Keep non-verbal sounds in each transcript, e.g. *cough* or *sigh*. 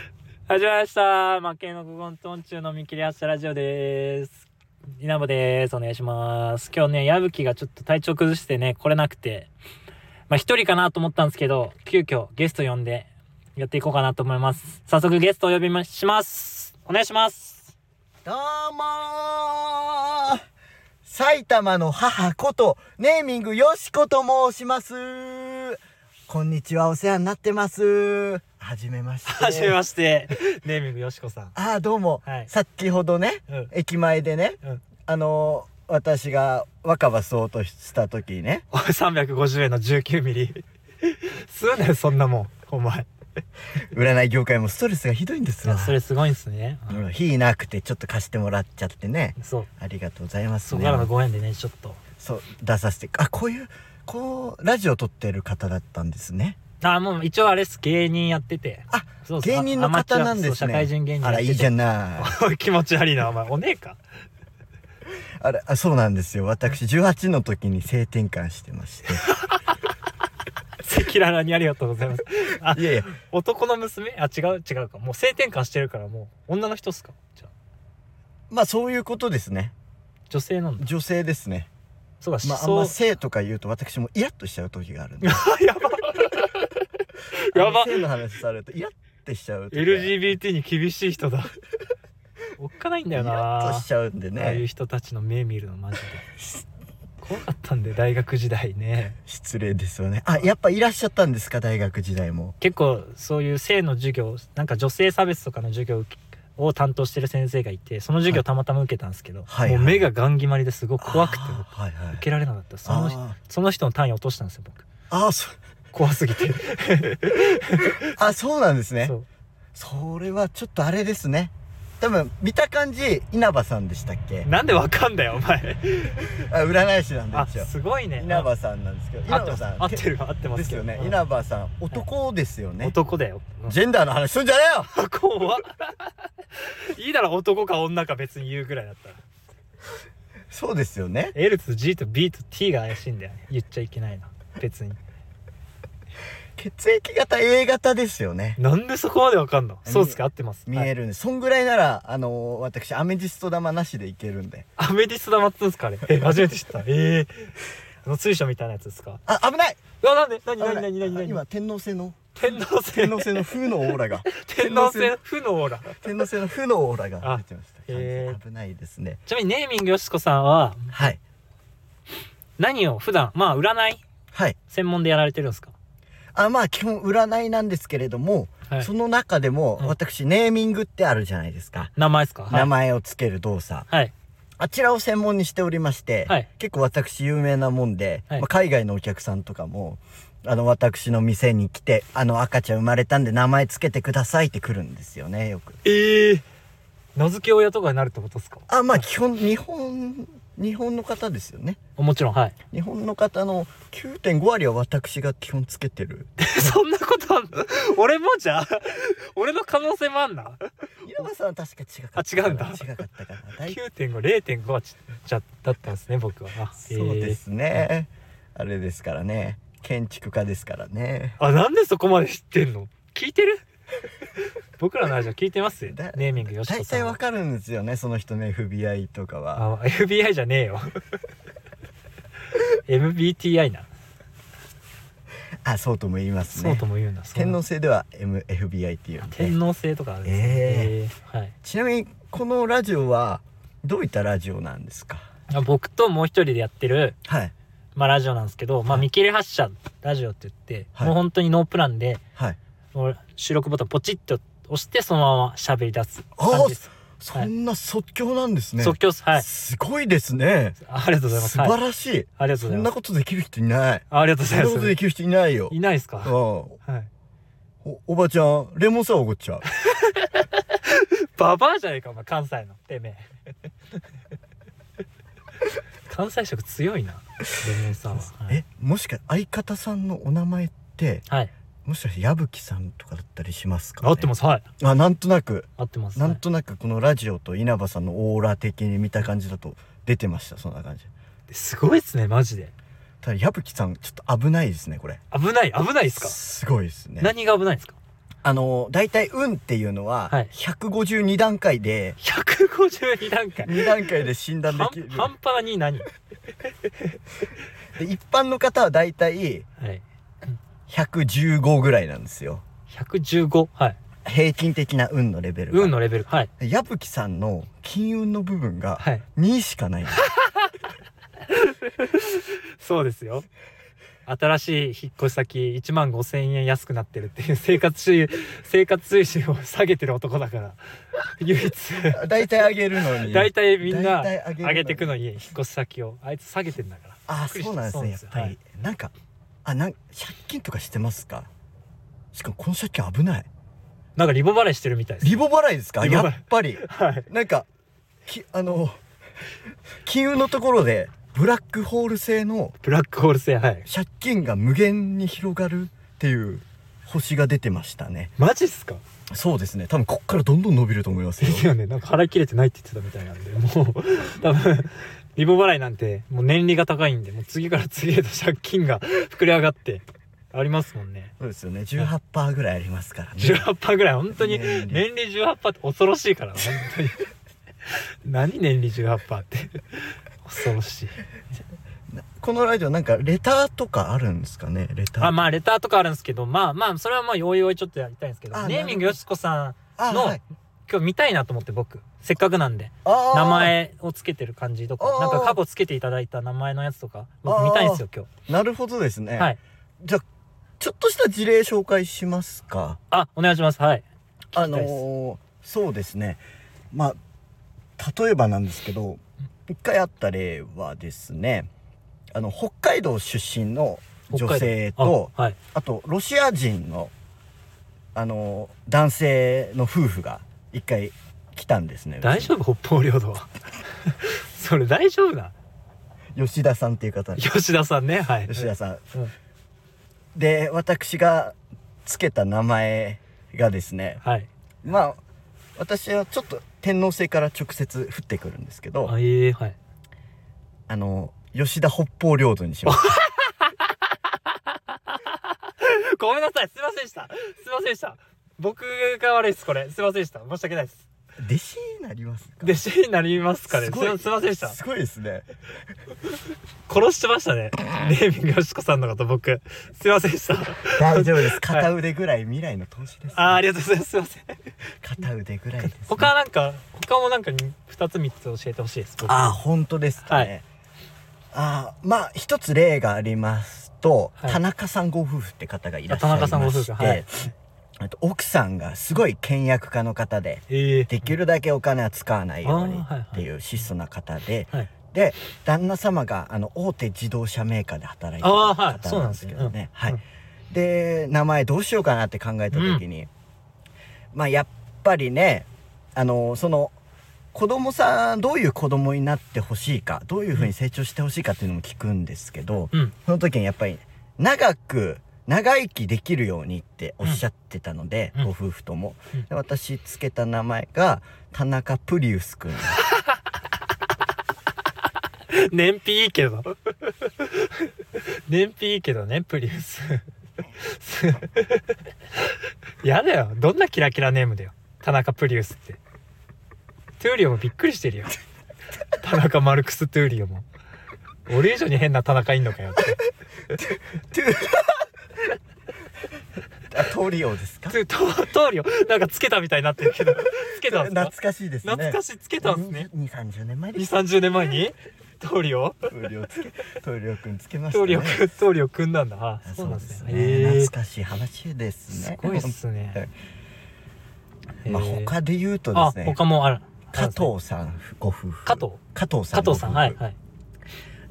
始まりました。負けの古言トンチューの見切り発車ラジオです。稲葉です。お願いします。今日ね、矢吹がちょっと体調崩してね、来れなくて、まあ一人かなと思ったんですけど、急遽ゲスト呼んでやっていこうかなと思います。早速ゲストをお呼びまします。お願いします。どうもー埼玉の母こと、ネーミングよしこと申します。こんにちは、お世話になってます。はじめまして。はじめまして、 *laughs* ネーミングよしこさん。ああ、どうも、はいさっきほどね、うん。駅前でね、うん。あのー私が若葉そうとした時にね、おい、350円の19ミリ。すんねん、そんなもん。お前。占い業界もストレスがひどいんですわ。それすごいんすね。うん火なくてちょっと貸してもらっちゃってね。そう。ありがとうございます、そね。こからのご縁でね、ちょっと。そう出させてあこういうこうラジオ撮ってる方だったんですねあ、もう一応あれっす、芸人やってて。あそうそう芸人の方なんですねそう社会人芸人あらいいじゃん。ない *laughs* おい気持ち悪いな、お前。おねえか。あれあそうなんですよ私18の時に性転換してまして赤裸々にありがとうご *laughs* ざいます。あい、やいや男の娘あ、違う、違うか。もう性転換してるから、もう女の人っすか。じゃあまあそういうことですね女性なんだ。女性ですねそうだ、まああん思ま想。性とか言うと私もイラッとしちゃう時があるんでやば。 *laughs* やば *laughs* あの。性の話されるとイラッてしちゃう時が LGBT に厳しい人だ。おっかないんだよイラッとなし。ちゃうんでああいうね人たちの目見るのマジで。怖かったんで、大学時代ね。失礼ですよねあやっぱいらっしゃったんですか大学時代も結構そういう性の授業なんか女性差別とかの授業を担当してる先生がいてその授業たまたま受けたんですけど、はいはいもう目がガン決まりですごく怖くてあ僕ーはいはい受けられなかったその人あその人の単位落としたんですよ僕ーあーそ怖すぎてあそうなんですねそうそれはちょっとあれですね多分見た感じ稲葉さんでしたっけなんでわかんだよお前あ占い師なんあですよすごいね稲葉さんなんですけどあ稲合ってま葉すさん合ってる合ってまですすけどよねうん稲葉さん男ですよね男だよ、うんジェンダーの話すんじゃねえよ怖っ *laughs* いいだろ男か女か別に言うぐらいだったらそうですよね L と G と B と T が怪しいんだよね言っちゃいけないな別に血液型 A 型ですよねなんでそこまでわかんの見えそうですか合ってます見はいえるんで、そんぐらいならあのー私アメジスト玉なしでいけるんでアメディス玉って言うんですかあ *laughs* れ。え、初めて知った。ええあの、水車みたいなやつですかあ危ないうわ、なんで何危ない何何何何今天王星の天皇星。天王星の負のオー *laughs* ラが天皇星。負のオーラ。天王星の負のオーラが出てましたあへー危ないですねちなみにネーミングよしこさんは、はい何を普段、まあ、占いはい専門でやられてるんですかあまあ基本占いなんですけれども、はいその中でもうん私ネーミングってあるじゃないですか、名前ですか名はい。前をつける動作はい。あちらを専門にしておりまして、はい結構私有名なもんで、はいまあ、海外のお客さんとかもあの私の店に来てあの赤ちゃん生まれたんで名前つけてくださいって来るんですよねよくええ名付け親とかになるってことですかあまあ基本日本日本の方ですよねもちろん、はい。日本の方の9.5割は私が基本つけてる *laughs* そんなことあんの *laughs* 俺もじゃあ、俺の可能性もあんな稲葉さんは確か違かったあ違うんだ違かったかな大 ?9.5、0.5はちじゃ、だったんですね、僕は。あそうええですね、あれですからね建築家ですからねあ、なんでそこまで知ってんの聞いてる *laughs* 僕らのラジオ聞いてますネだーミングよしこ大さ体んわは。かるんですよねその人の FBI とかはあ、FBI じゃねえよ。MBTI な。あそうとも言いますそうねとも言うんだ。そう天皇制では MFBI っていうので天皇制とかあるんですね。ええはいちなみにこのラジオはどういったラジオなんですかあ。僕ともう一人でやってる、はいまあ、ラジオなんですけど、まあ、はい見切り発車ラジオって言って、はいもう本当にノープランで、はいもう収録ボタンポチッと押して、そのまま喋り出すあー感じです。そんな即興なんですね、即興っす。はい。すごいですねあありがとうございます。素はい晴らしい、ありがとうそございんまなす。ことできる人いないあありがとうごそざんいなま。ことですきる人いないよいないですうんかおはい。おばちゃんレモンサワーおごっちゃうババアじゃねえかお前関西のてめえ *laughs* 関西色強いなレモンさんは、はいえもしか相方さんのお名前ってはいもしかして矢吹さんとかだったりしますか、ね、合ってますすはいあなんとなく合ってます、なんとなくこのラジオと稲葉さんのオーラ的に見た感じだと出てましたそんな感じはいすごいっすねマジでただ矢吹さんちょっと危ないですねこれ危ない危ないっすかすごいですね何が危ないんですかあの、大体運っていうのははい、 152段 *laughs* 階で、 152段階。 2段階で診断で半きる。半端に何はで一般の方は大体い。 115ぐらいなんですよ。 115。はい。平均的な運のレベルが。運のレベル。はい。矢吹さんの金運の部分がはい。 2しかないんです。そうですよ。新しい引っ越し先1万5千円安くなってるっていう生活水、生活水準を下げてる男だから、唯一。大体あげるのに。 *laughs* 大体みんな大体上げるの上げてくのに引っ越し先をあいつ下げてんだからあ、そうなんですね、びやっっくりしたぱり。なんか、あ、なん、借金とかしてますかしかもこの借金危ない。なんかリボ払いしてるみたいですリボ払いですかリボや払いっぱり。はいなんか、き、あの、金運のところで、ブラックホール製のブラックホール製はい借金が無限に広がるっていう星が出てましたね。マジっすかそうですね。多分こっからどんどん伸びると思いますでよ。すよねなんか払い切れてないって言ってたみたいなんでもう多分リボ払いなんてもう年利が高いんでもう次から次へと借金が膨れ上がってありますもんねそうですよね。18%ぐらいありますからね。 18%ぐらい本当に年年利利18%って恐ろしいから本当に *laughs* 何年利18%って *laughs* 恐ろしいこのラジオなんかレターとかあるんですかねレター。あまあレターとかあるんですけどまあまあそれはもうおいおいちょっとやりたいんですけあどネーミングなるほどよしこさんあのはい今日見たいなと思って僕せっかくなんであー名前をつけてる感じとあーかなんか過去つけていただいた名前のやつとか僕あー見たいんですよ今なるほどですね。日はいじゃあ、ちょっとした事例紹介しますか。あお願いしますはいあきたのいですーそうですね。まあ、例えばなんですけど、一回あった例はですね、あの、北海道出身の北海道女性と、あはいあと、ロシア人の、あのー男性の夫婦が一回来たんですね。大丈夫北方領土 *laughs* はそれ大丈夫な吉田さんっていう方。吉田さんねはい吉田さん。うんで、私が付けた名前がですね、はいまあ私はちょっと天皇制から直接降ってくるんですけどああええはいの吉田北方領土にし *laughs* ます *laughs* ごめんなさいすいませんでしたすいませんでした僕が悪いですこれすいませんでした申し訳ないです弟子になりますか弟子になりますかねすごいすいませんでしたすごいですね殺してましたね。ネーミングよしこさんのこと僕。すいませんでした。大丈夫ですはい片腕ぐらい未来の投資です、 *laughs* あーありがとうございます。すいません。片腕ぐらいです、ね、他なんか、他もなんか2つ3つ教えてほしいです。僕ああ本当ですかね、はああまあ一つ例がありますと、はい田中さんご夫婦って方がいらっしゃいましてあ田中さんご夫婦はいあと奥さんがすごい倹約家の方でええできるだけお金は使わないようにっていう質素な方で、はい。で旦那様があの大手自動車メーカーで働いてるああ、はい。そう方ななんでんですすけね。どねはい、うんで名前どうしようかなって考えた時に、まあやっぱりねあのその子供さんどういう子供になってほしいかどういうふうに成長してほしいかっていうのも聞くんですけどうん。その時にやっぱり長く長生きできるようにっておっしゃってたので、うんご夫婦とも、うんで私つけた名前が田中プリウスくん *laughs* 燃費いいけど。燃費いいけどね、プリウス。 *laughs* やだよ。どんなキラキラネームだよ。田中プリウスって。トゥーリオもびっくりしてるよ。田中マルクス・トゥーリオも。俺以上に変な田中いんのかよって。 *laughs* あトリオですかトゥトトーリオ、なんかつけたみたいになってるけど。つけたんす懐かかしいですね懐かしい、つけたんすね。 2 3 0年前で2、すト30年前にトーリオリオつけトリオくんつけましたトねーリオくん、トーリオくんなんだ。ああ、そそううなんでですすね。ね、へー懐かしい話ですすねごいっすね。 *laughs* まあへー他で言うとであす、ね他もある。加藤さんご夫婦加藤加藤さ加んご夫藤婦さん、はい、はい。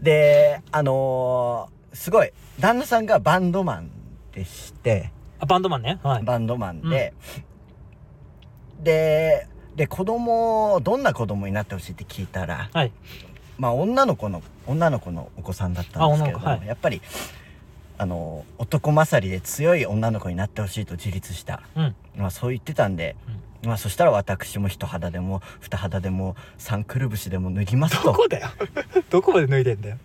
であのーすごい旦那さんがバンドマンでしてあ、バンドマンね。はい。バンドマンで、でで子供どんな子供になってほしいって聞いたらはい。まあ女の子の女の子のお子さんだったんですけれども、あ女の子はいやっぱりあの男勝りで強い女の子になってほしいと自立した、うん。まあ、そう言ってたんで、まあ、そしたら私も一肌でも二肌でも三くるぶしでも脱ぎます *laughs* どとこだよ。どこまで脱いでんだよ。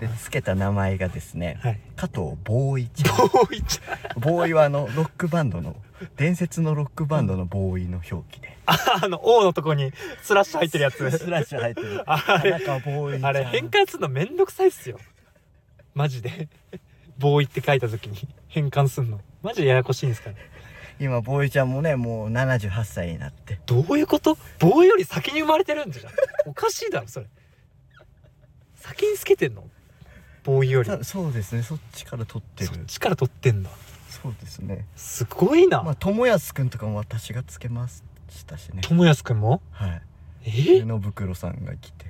でつけた名前がですね、はい。加藤ボーイちゃんボーイちゃん。ボーイはあのロックバンドの伝説のロックバンドのボーイの表記でああの、王のとこにスラッシュ入 *laughs* ってるやつ。スラッシュ入ってるあれ田中ボーイちゃんあれ変換するのめんどくさいっすよマジでボーイって書いた時に変換すんのマジでややこしいんですから今ボーイちゃんもねもう78歳になってどういうことボーイより先に生まれてるんじゃんおかしいだろそれ先につけてんのボーイよりたそうですねそっちから撮ってるそっちから取ってんだそうですねすごいな、まあ友安くんとかも私がつけましたしね友康くんもはいえ布袋さんが来て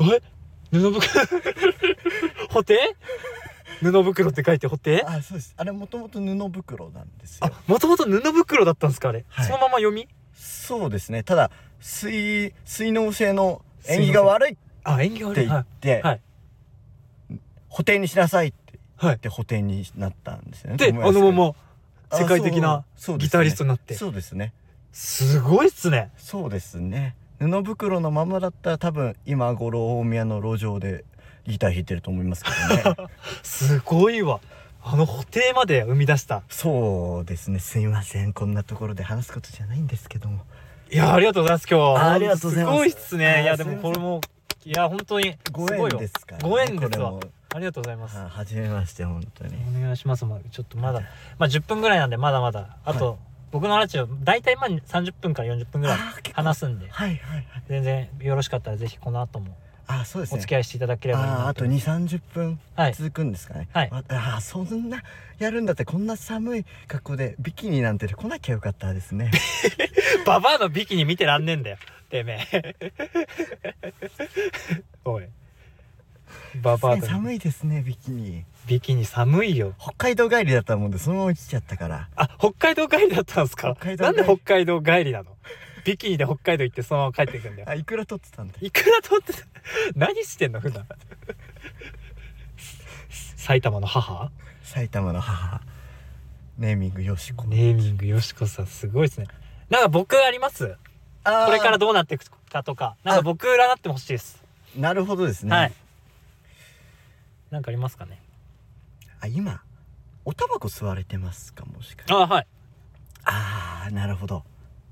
え布袋補て布袋って書いて補てあそうですあれもともと布袋なんですあよもともと布袋だったんですかあれ、はいそのまま読みそうですねただ水水能性の縁起が悪いっあ演技悪てい言はっていはい補填にしなさいってはいで補填になったんですよねで、あ友安くんのままあ世界的なそうそうですねギタリストになって。そうですねすごいっすね。そうですね布袋のままだったら多分今頃大宮の路上でギター弾いてると思いますけど *laughs* ねすごいわ。あの補定まで生み出した。そうですねすいませんこんなところで話すことじゃないんですけどもいや、ありがとうございます、今日。ありがとうございますすごいっすね。いあや、ーですいもませんこれも、いや、本当に、すごごい縁よで。すから、ね、ご縁ですわこれもありがとうございます。はじめまして本当にお願いします、まあちょっとまだ、まあ10分ぐらいなんで、まだまだ。あと、僕のラジオ、大体まあ30分から40分ぐらいあー結構話すんで、はいはいはい全然よろしかったらぜひこの後もあそうですおね付き合いしていただければいいなあーあと2 3 0分はい続くんですかね、はいああーそんなやるんだってこんな寒い格好でビキニなんて来なきゃよかったですねババアのビキニ見てらんねえんだよ。てめえ。 *laughs* おい。バ *laughs* バアと寒いですねビキニビキニ寒いよ。北海道帰りだったもんでそのまま来ちゃったからあ、北海道帰りだったんですか北海道な帰んりで北海道帰りなのビキニで北海道行ってそのまま帰ってくんだ *laughs* よ。あいくら取ってたんだいくら取ってた何してんの普段。埼玉の母埼玉の母ネーミングよしこネーミングよしこさんすごいですね。なんか僕ありますあーこれからどうなっていくかとか。なんか僕占ってほしいです。なるほどですね、はい。なんかありますかねあ今おタバコ吸われてますかもしかしてあ、はい。ああなるほど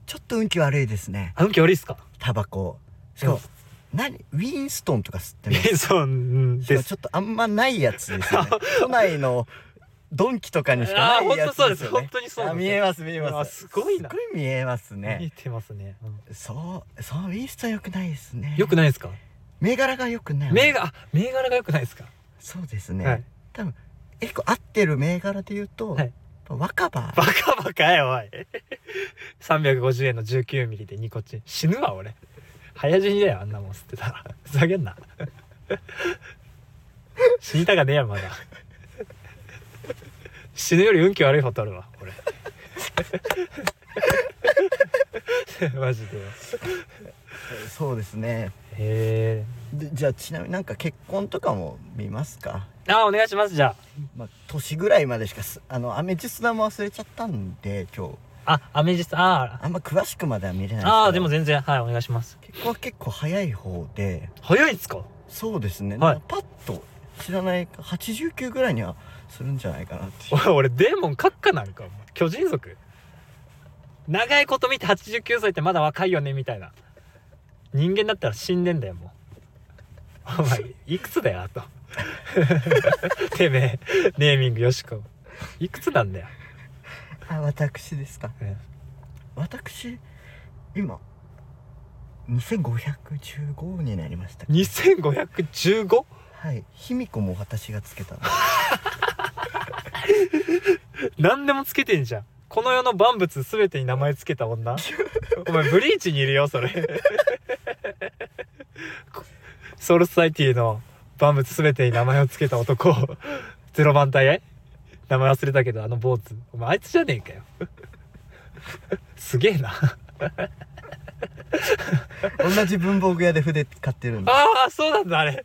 ちょっと運気悪いですねあ、運気悪いっすかタバコしかも、何ウィンストンとか吸ってますえ、 *laughs* そううんででもす。ちょっとあんまないやつですよね都内のドンキとかにしかないやつですよあー本当そねうです本当にそうあ見えます見えまあすすごいなすごい見えます見えねてますね。うんそうそうインスト良くないですねよくないですか銘柄が良くない銘柄、あ銘柄がよくないですかそうですね、はい多分結構合ってる銘柄で言うと、はい若葉 *laughs* バカバカや、おい。350円の19ミリでニコチン。死ぬわ、俺。早死にだよ、あんなもん吸ってたら。 *laughs* ふざけんな。死にたかねえや、まだ。死ぬより運気悪い方とあるわ、俺。 *laughs* マジで。へそうですねえ。でじゃあちなみになんか結婚とかも見ますか、あ、お願いします、じゃあ。まあ、年ぐらいまでしかすあのアメジスナも忘れちゃったんで今日あ、アメジス、ああんま詳しくまでは見れないー、すけどあー、でも全然、はい、お願いします。結婚は結構早い方で早いっすかそうですね、はいパッと知らないか89ぐらいにはするんじゃないか *laughs* なっていうおい俺、デーモン閣下なんか、お前巨人族。長いこと見て89歳ってまだ若いよね、みたいな。人間だったら死んでんだよ、もう。お前、いくつだよ、あと。 *laughs* てめえ、ネーミングよしこ。いくつなんだよ。あ私ですかうん私今2515になりましたか 2515? はい卑弥呼も私がつけたの何でもつけてんじゃんこの世の万物全てに名前つけた女お前ブリーチにいるよそれソウルソサイティの万物全てに名前をつけた男ゼロ番隊へ名前忘れたけどあの坊主お前あいつじゃねえかよすげえな同じ文房具屋で筆買ってるんでああそうなんだあれ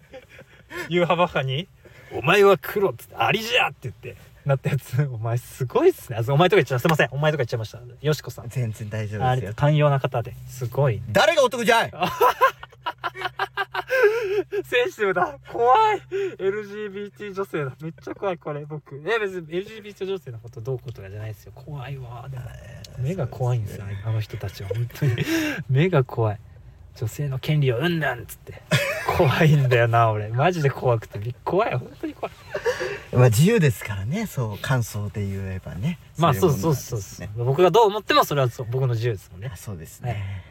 夕葉バカに「お前は黒」っつって「ありじゃ!」って言ってなったやつお前すごいっすねあお前とか言っちゃうすいませんお前とか言っちゃいましたよしこさん全然大丈夫あですれよ寛容な方ですごい誰が男じゃいセンシティブだ怖い LGBT 女性だめっちゃ怖いこれ僕え別に LGBT 女性のことどうこうとかじゃないですよ怖いわでも目が怖いんですよあの人たちは本当に目が怖い女性の権利をうんなんっつって怖いんだよ *laughs* な俺マジで怖くてびっ怖い本当に怖いまあ自由ですからねそう感想で言えばねまあそういそうものなんそうそですうね僕がどう思ってもそれはそう僕の自由ですもんねあそうですはいね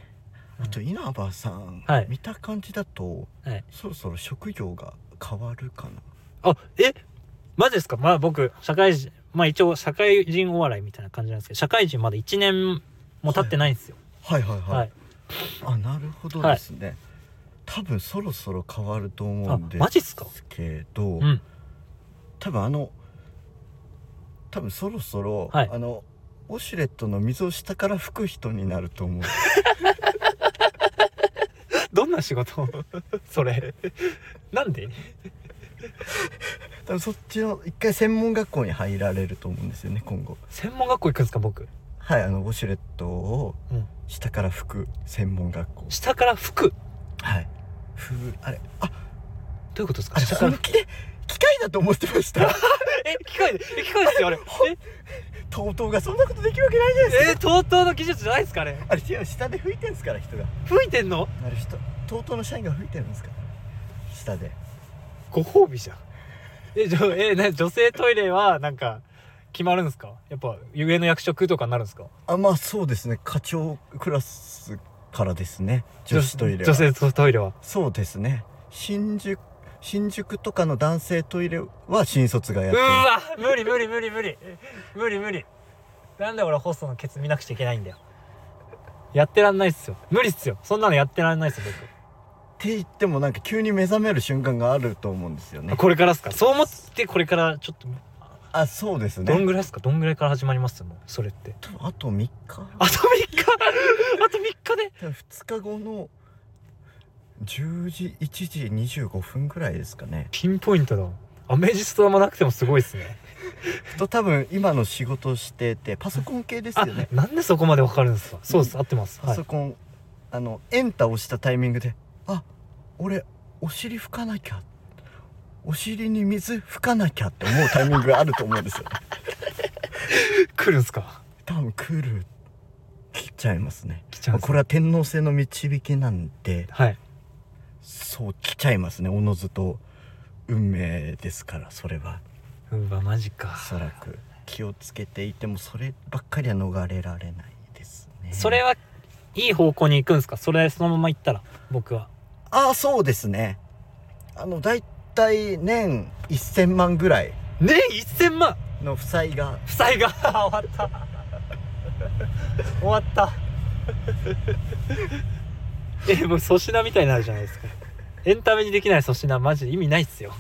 あと稲葉さん、はい見た感じだとはいそろそろ職業が変わるかなあえマジですかまあ僕社会人まあ一応社会人お笑いみたいな感じなんですけど社会人まだ1年も経ってないんですよはいはいはい、はい、あなるほどですね、多分そろそろ変わると思うんあでマジっすかすけうど、ん多分あの多分そろそろ、はいあのウォシュレットの水を下から拭く人になる *laughs* と思うどんな仕事 *laughs* それなんで多分そっちの一回専門学校に入られると思うんですよね今後専門学校行くんですか僕、はいあのウォシュレットをうん、下から拭く専門学校下から服はいふうあれあどういうことですかあれ下から本気で機械だと思ってました *laughs* え機械でえ機械ですよあれとうとうがそんなことできるわけないじゃないですかええ TOTO の技術じゃないですかねあれ違う下で拭いてんすから人が吹いてんのなる人とうとうの社員が吹いてるんですから下でご褒美じゃんえじゃえな女性トイレはなんか決まるんですかやっぱ上の役職とかになるんですかあまあそうですね課長クラスからですね女子トイレは女性トイレはそうですね新宿新宿とかの男性トイレは新卒がやっうてるわ無理無理無理無理無理無理なんで俺ホストのケツ見なくちゃいけないんだよやってらんないっすよ無理っすよそんなのやってらんないっすよって言ってもなんか急に目覚める瞬間があると思うんですよ僕ねこれからっすかそう思ってこれからちょっとあそうですどんねぐらいっすかどんぐらいから始まりますもうそれって多分あと3日あと3日あと3日で多分2日後の10時1時25分ぐらいですかねピンポイントだアメジストもなくてもすごいっすねと多分今の仕事しててパソコン系ですよあねなんでそこまでわかるんですかそうです合ってますパはいソコン、あのエンター押したタイミングで「あ俺お尻拭かなきゃ」お尻に水拭かなきゃって思うタイミングがあると思うんですよ *laughs* 来るんすか多分来る来ちゃいますね来ちゃうんすこれは天皇制の導きなんではいそう来ちゃいますねおのずと運命ですからそれはうわマジかおそらく気をつけていてもそればっかりは逃れられないですねそれはいい方向に行くんですかそれそのまま行ったら僕はああそうですねあの大体年1000万ぐらい年1000万の負債が負債が終わった終わったえもう粗品みたいになるじゃないですかエンタメにできない粗品マジで意味ないっすよ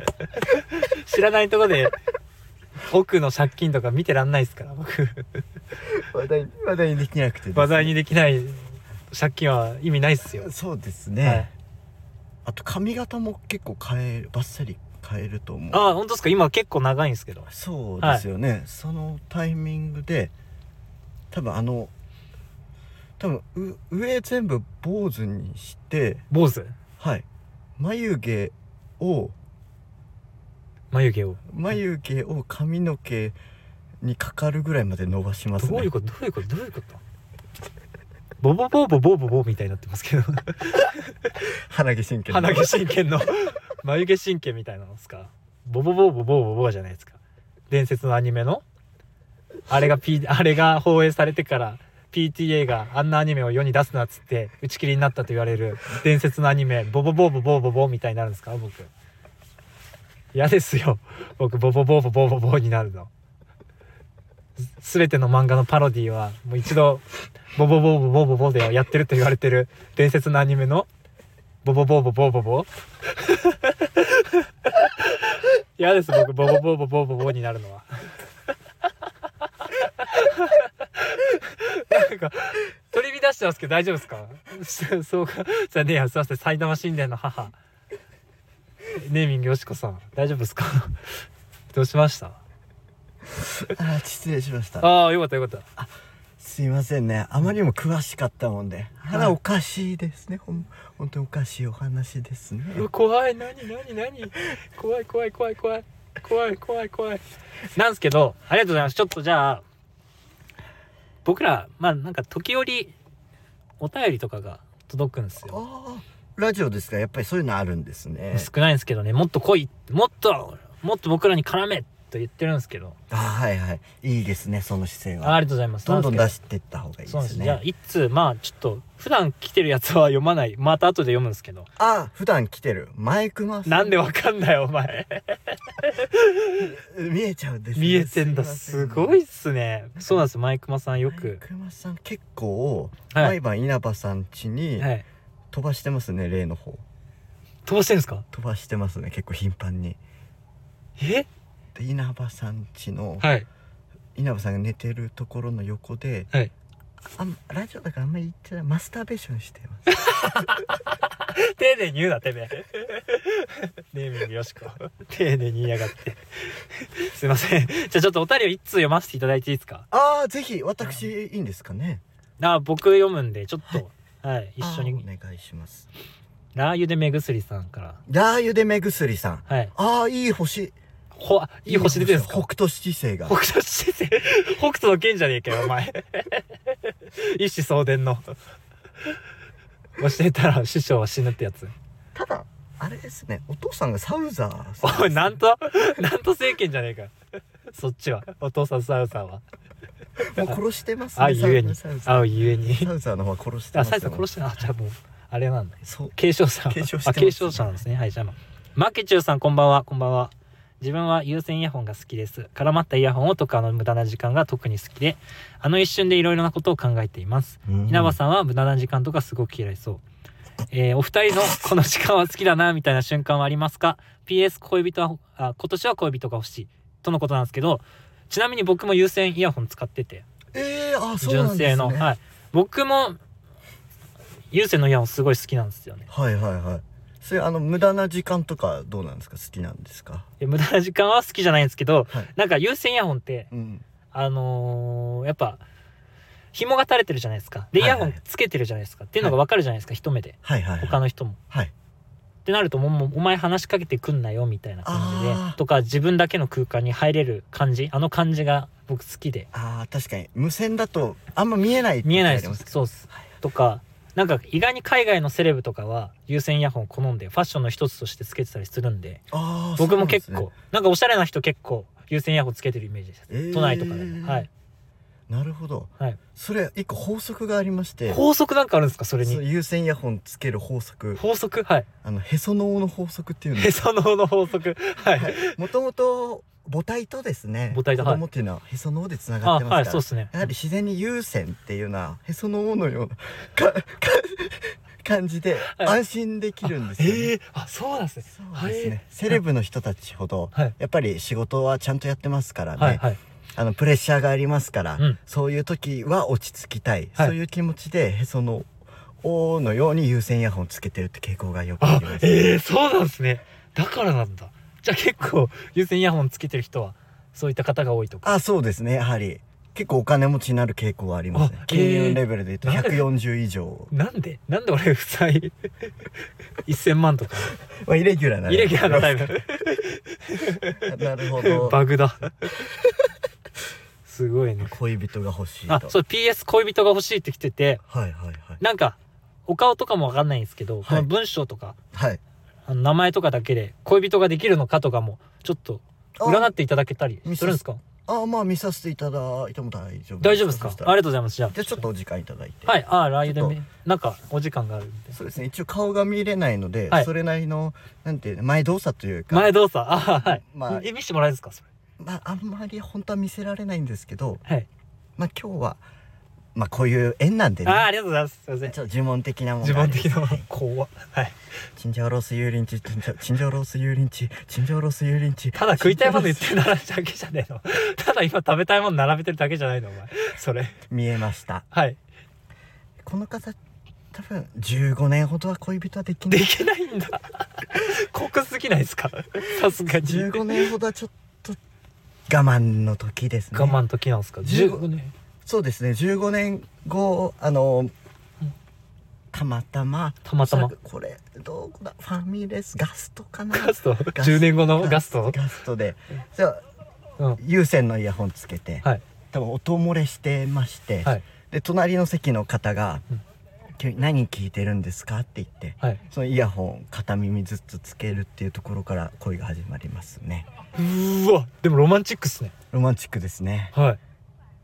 *laughs* 知らないとこで奥の借金とか見てらんないっすから僕話題話題にできなくてですね、話題にできない借金は意味ないっすよ、そうですね、はいあと髪型も結構変えバッサリ変えると思うああ本当ですか今結構長いんですけどそうですよね、そのタイミングで多分あの多分う上全部坊主にして坊主はい眉毛を眉毛を眉毛を髪の毛にかかるぐらいまで伸ばしますねどういうことどういうことどういうことボボボボボボボみたいになってますけど鼻毛神経鼻毛神経の *laughs* 眉毛神経みたいなのですかボボボボボボボじゃないですか伝説のアニメのあれが、P、あれが放映されてから PTA があんなアニメを世に出すなっつって打ち切りになったと言われる伝説のアニメボボボボボボボみたいになるんですか僕嫌ですよ僕ボボボボボボボになるのす全ての漫画のパロディはもう一度ボボボボボボボでやってると言われてる伝説のアニメのボボボボボボボ嫌です僕ボボボボボボボになるのはなんか取り乱してますけど大丈夫ですか *laughs* そうかじゃねえやすいません埼玉神殿の母ネーミングよしこさん大丈夫ですか *laughs* どうしましたあー失礼しましたああよかったよかったすいませんねあまりにも詳しかったもんで花おかしいですね、ほん本当におかしいお話ですねうわ怖い何何何怖い怖い怖い怖い怖い怖い怖いなんですけどありがとうございますちょっとじゃあ僕らまあなんか時折お便りとかが届くんですよああラジオですからやっぱりそういうのあるんですね少ないんですけどねもっと来いもっともっと僕らに絡めと言ってるんですけどあはいはいいいですねその姿勢あはありがとうございますどんどんな出すしていった方がいけいどそうなでんですすじゃあね一通まあちょっと普段来てるやつは読まないまた後で読むんですけどああ普段来てるマイクマスなんでわかんないお前 *laughs* 見えちゃうんですね、見えてんだすすいませんごいっすねそうなんですマイクマさんよマイくクマさん結構、は毎晩稲葉さん家い、にはい、飛ばしてますね例の方飛ばしてるんですか飛ばしてますね結構頻繁にえで稲葉さん家の、はい稲葉さんが寝てるところの横で、はいあんラジオだからあんまり言ってないマスターベーションして *laughs* ます丁寧に言うなてめえネーミングよしこ丁寧に言いやがってすいませんじゃあちょっとお便りを一通読ませていただいていいですかああぜひ私いいんですかねあ僕読むんでちょっとはい一緒あにーお願いしますラー油で目薬さんからラー油で目薬さんはいああいい星ほあいい星出てるんですか北斗七星が北斗七星北斗の剣じゃねえかよお前一子相伝の教えたら師匠は死ぬってやつただあれですねお父さんがサウザーさんおいなんとなんと政権じゃねえかそっちはお父さんサウさんはもう殺してますねあゆえにサウザーあゆえにサウザーの方は殺してまあすねサイさん殺してなあじゃあもうあれなんだそう継承者継承しあてますね継承者なんですねはいじゃあまあマケチューさんこんばんはこんばんは自分は有線イヤホンが好きです絡まったイヤホンをとかの無駄な時間が特に好きであの一瞬でいろいろなことを考えています稲葉さんは無駄な時間とかすごく嫌いそう、えーお二人のこの時間は好きだなみたいな瞬間はありますか PS 恋人はあ今年は恋人が欲しいとのことなんですけどちなみに僕も有線イヤホン使っててええー、あそうな純んで正すの、ねはい僕も有線のイヤホンすごい好きなんですよねはいはいはいそれあの無駄な時間とかどうなんですか好きなんですかで無駄な時間は好きじゃないんですけど、はいなんか有線イヤホンってうんあのーやっぱ紐が垂れてるじゃないですかでイはいはヤいホンつけてるじゃないですか、っていうのが分かるじゃないですか、一目ではいはいはい他の人もはいってなるともうもうお前話しかけてくんなよみたいな感じであーとか自分だけの空間に入れる感じあの感じが僕好きでああ確かに無線だとあんま見えないって見えない書でてありますそうっすとかなんか意外に海外のセレブとかは有線イヤホンを好んでファッションの一つとしてつけてたりするんであー僕も結そうなんで構なんかおしゃれな人結構有線イヤホンつけてるイメージです、えー都内とかでもはいすねなるほどはいそれ一個法則がありまして法則なんかあるんですかそれそうに有線イヤホンつける法則法則はいあのへその緒の法則っていうのへその緒の法則はいもともと母体とですね母体と子はい供っていうのはへその緒でつながあってますから、はいそうっすねやはり自然に優先っていうのはへその緒のようなかか感じではい安心できるんですよね、ええー、あそうなんですねそうですね、セレブの人たちほど、はいやっぱり仕事はちゃんとやってますからね、はいはいあのプレッシャーがありますから、うんそういう時は落ち着きたい、はいそういう気持ちでへその緒のように優先イヤホンつけてるって傾向がよくああります、ええそうなんですねだからなんだじゃあ結構有線イヤホンつけてる人はそういった方が多いとかあそうですねやはり結構お金持ちになる傾向はありますねあ金え融ーレベルで言うなんとで140以上なんでなんで俺負 *laughs* 債1000万とかはイレギュラーなイレギュラーなタイプ *laughs* なるほム *laughs* どバグ *laughs* だすごいね恋人が欲しいとあそう PS 恋人が欲しいって来ててはいはいはいなんかお顔とかもわかんないんですけど、いこの文章とかはいあの名前とかだけで恋人ができるのかとかもちょっと占っていただけたりするんですかあまあ見させていただいても大丈夫大丈夫ですかあそしりたがらとうございますじゃあじゃあちょっとお時間いただいてはいあラー油でちめなんかお時間があるんでそうですね一応顔が見れないので、はいそれなりのなんていう前動作というか、前動作あはい、まあえ見してもらえるんですかそれまあ、あんまり本当は見せられないんですけど、はい、まあ、今日は、まあ、こういう縁なんであーねありがとうございますすいませんちょっと呪文的なもの自があ分ります的な怖っはいチンジャオロース油淋鶏チンジャチンジャオロース油淋鶏チンジャオロース油淋鶏ただ食いたいもの言ってるだけじゃねえの *laughs* ただ今食べたいもの並べてるだけじゃないのお前それ見えましたはいこの方多分15年ほどは恋人はできなでいきないんだ *laughs* 酷すぎないですかさすがに15年ほどはちょっと我慢の時ですね我慢の時なんですか15 15年そうですね15年後あのたまたまたまたまおそらくこれどこだファミレスガストかなガストガス10年後のガストガストでそううん有線のイヤホンつけて、はい多分音漏れしてまして、はいで隣の席の方がうん「君何聞いてるんですか?」って言ってはいそのイヤホン片耳ずつつけるっていうところから恋が始まりますねうーわでもロマンチックっすねロマンチックですね、はい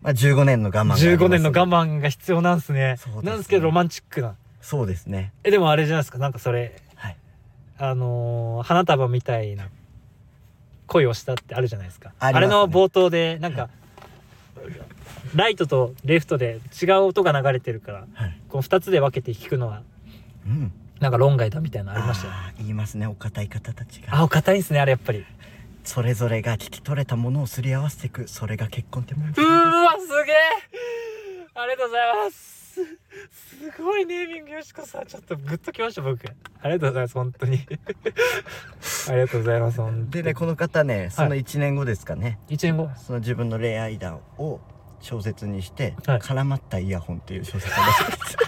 まあ、15年の我慢がありますね15年の我慢が必要なんすねそうですねなんですけどロマンチックなそうですねえでもあれじゃないですかなんかそれはいあのー花束みたいな恋をしたってあるじゃないですかあありますねれの冒頭でなんかライトとレフトで違う音が流れてるからはいこの2つで分けて聞くのはうんなんか論外だみたいなのありましたよねあー言いますねお堅い方たちがあお硬いんすねあれやっぱりそれぞれが聞き取れたものをすり合わせていくそれが結婚ってもんでうすねーわすげえありがとうございますすごいネーミングよしこさんちょっとグッときました僕ありがとうございます本当 *laughs* にありがとうございます本当でにねこの方ねその1年後ですかね、 1年後その自分の恋愛談を小説にして「はい絡まったイヤホン」っていう小説を出 *laughs* してま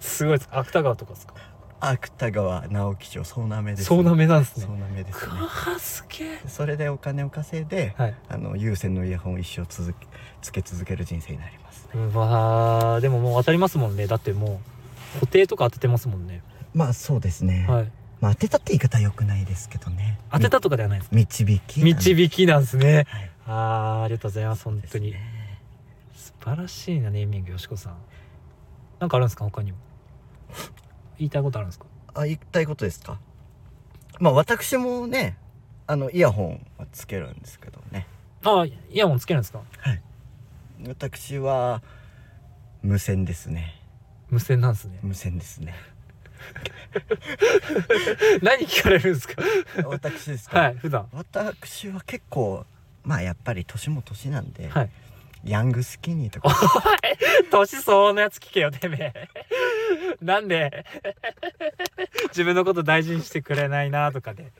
すすごいです芥川とかですか芥川直木賞そうなめですそうなめなんですねそうなめですねわあすげえそれでお金を稼いで、はいあの有線のイヤホンを一生続けつけ続ける人生になりますうわーでももう当たりますもんねだってもう固定とか当ててますもんねまあそうですね、はいまあ当てたって言い方良くないですけどね当てたとかではないですみ導き導きなんですねはいあーありがとうございます本当にですね素晴らしいなネーミングよしこさんなんかあるんですか他にも言いたいことあるんですかあ言いたいことですかまあ私もねあのイヤホンはつけるんですけどねあイヤホンつけるんですか私は無線ですね無線なんですね無線ですね *laughs* 何聞かれるんですか私ですか、はい普段私は結構まあやっぱり年も年なんで、はいヤングスキニーとか年相応のやつ聞けよてめえなんで自分のこと大事にしてくれないなとかで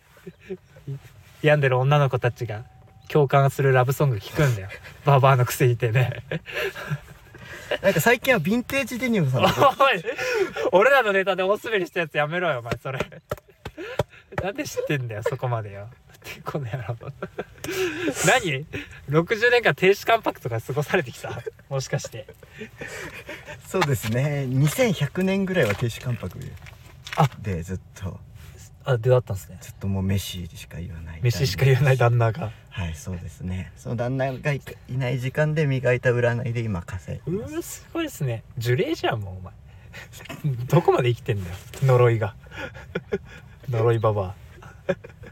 病んでる女の子たちが共感するラブソング聞くんだよババアのくせにてねなんか最近はヴィンテージデニムさんおのい俺らのネタで大滑りしたやつやめろよお前それなんで知ってんだよそこまでよってこの野郎何60年間停止関白とか過ごされてきたもしかしてそうですね2100年ぐらいは停止関白あでずっとあ出だったんですねずっともう飯しか言わない飯しか言わない旦那がはいそうですねその旦那がいいない時間で磨いた占いで今稼いうでますーすごいですね呪霊じゃんもうお前 *laughs* どこまで生きてんだよ呪いが *laughs* 呪いババ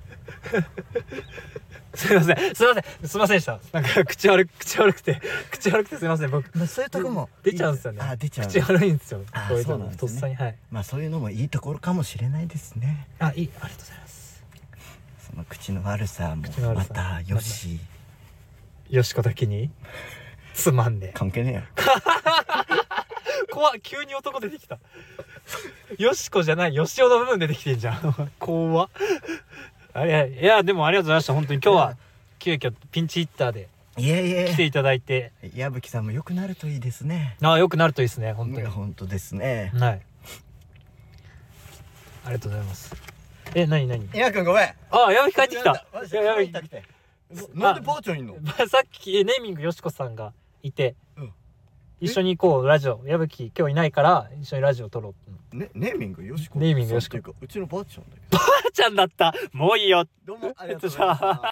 ア *laughs* すいませんすいませんすいませんでしたなんか口悪く口悪くて口悪くてすいません僕まあそういうとこも出ちゃうんですよねあ出ちゃう口悪いんですよあこいのそうなんですねとっさにはいまあそういうのもいいところかもしれないですねあいいありがとうございますその口の悪さも口の悪まさたよしよしこだけにつまんで関係ねえよ怖っ急に男出てきたよしこじゃないよしおの部分出てきてんじゃん怖っあれいやでもありがとうございました本当に今日は急遽ピンチヒッターでいえい来てえいただいて矢吹さんも良くなるといいですねああよくなるといいですね本当いにやはい本当ですねありがとうございますえ何何矢くんごめんああ矢吹帰ってきたマジいでや矢帰っ吹てきてあなんでばあちゃんいんのまあさっきネーミングよしこさんがいて、うん一緒に行こうラジオ矢吹今日いないから一緒にラジオ撮ろうってねネーミングよしこネーミングよしこそうっていうかうちのばあちゃんだけどばあちゃんだったもういいよ *laughs* どうもありがとうございますさ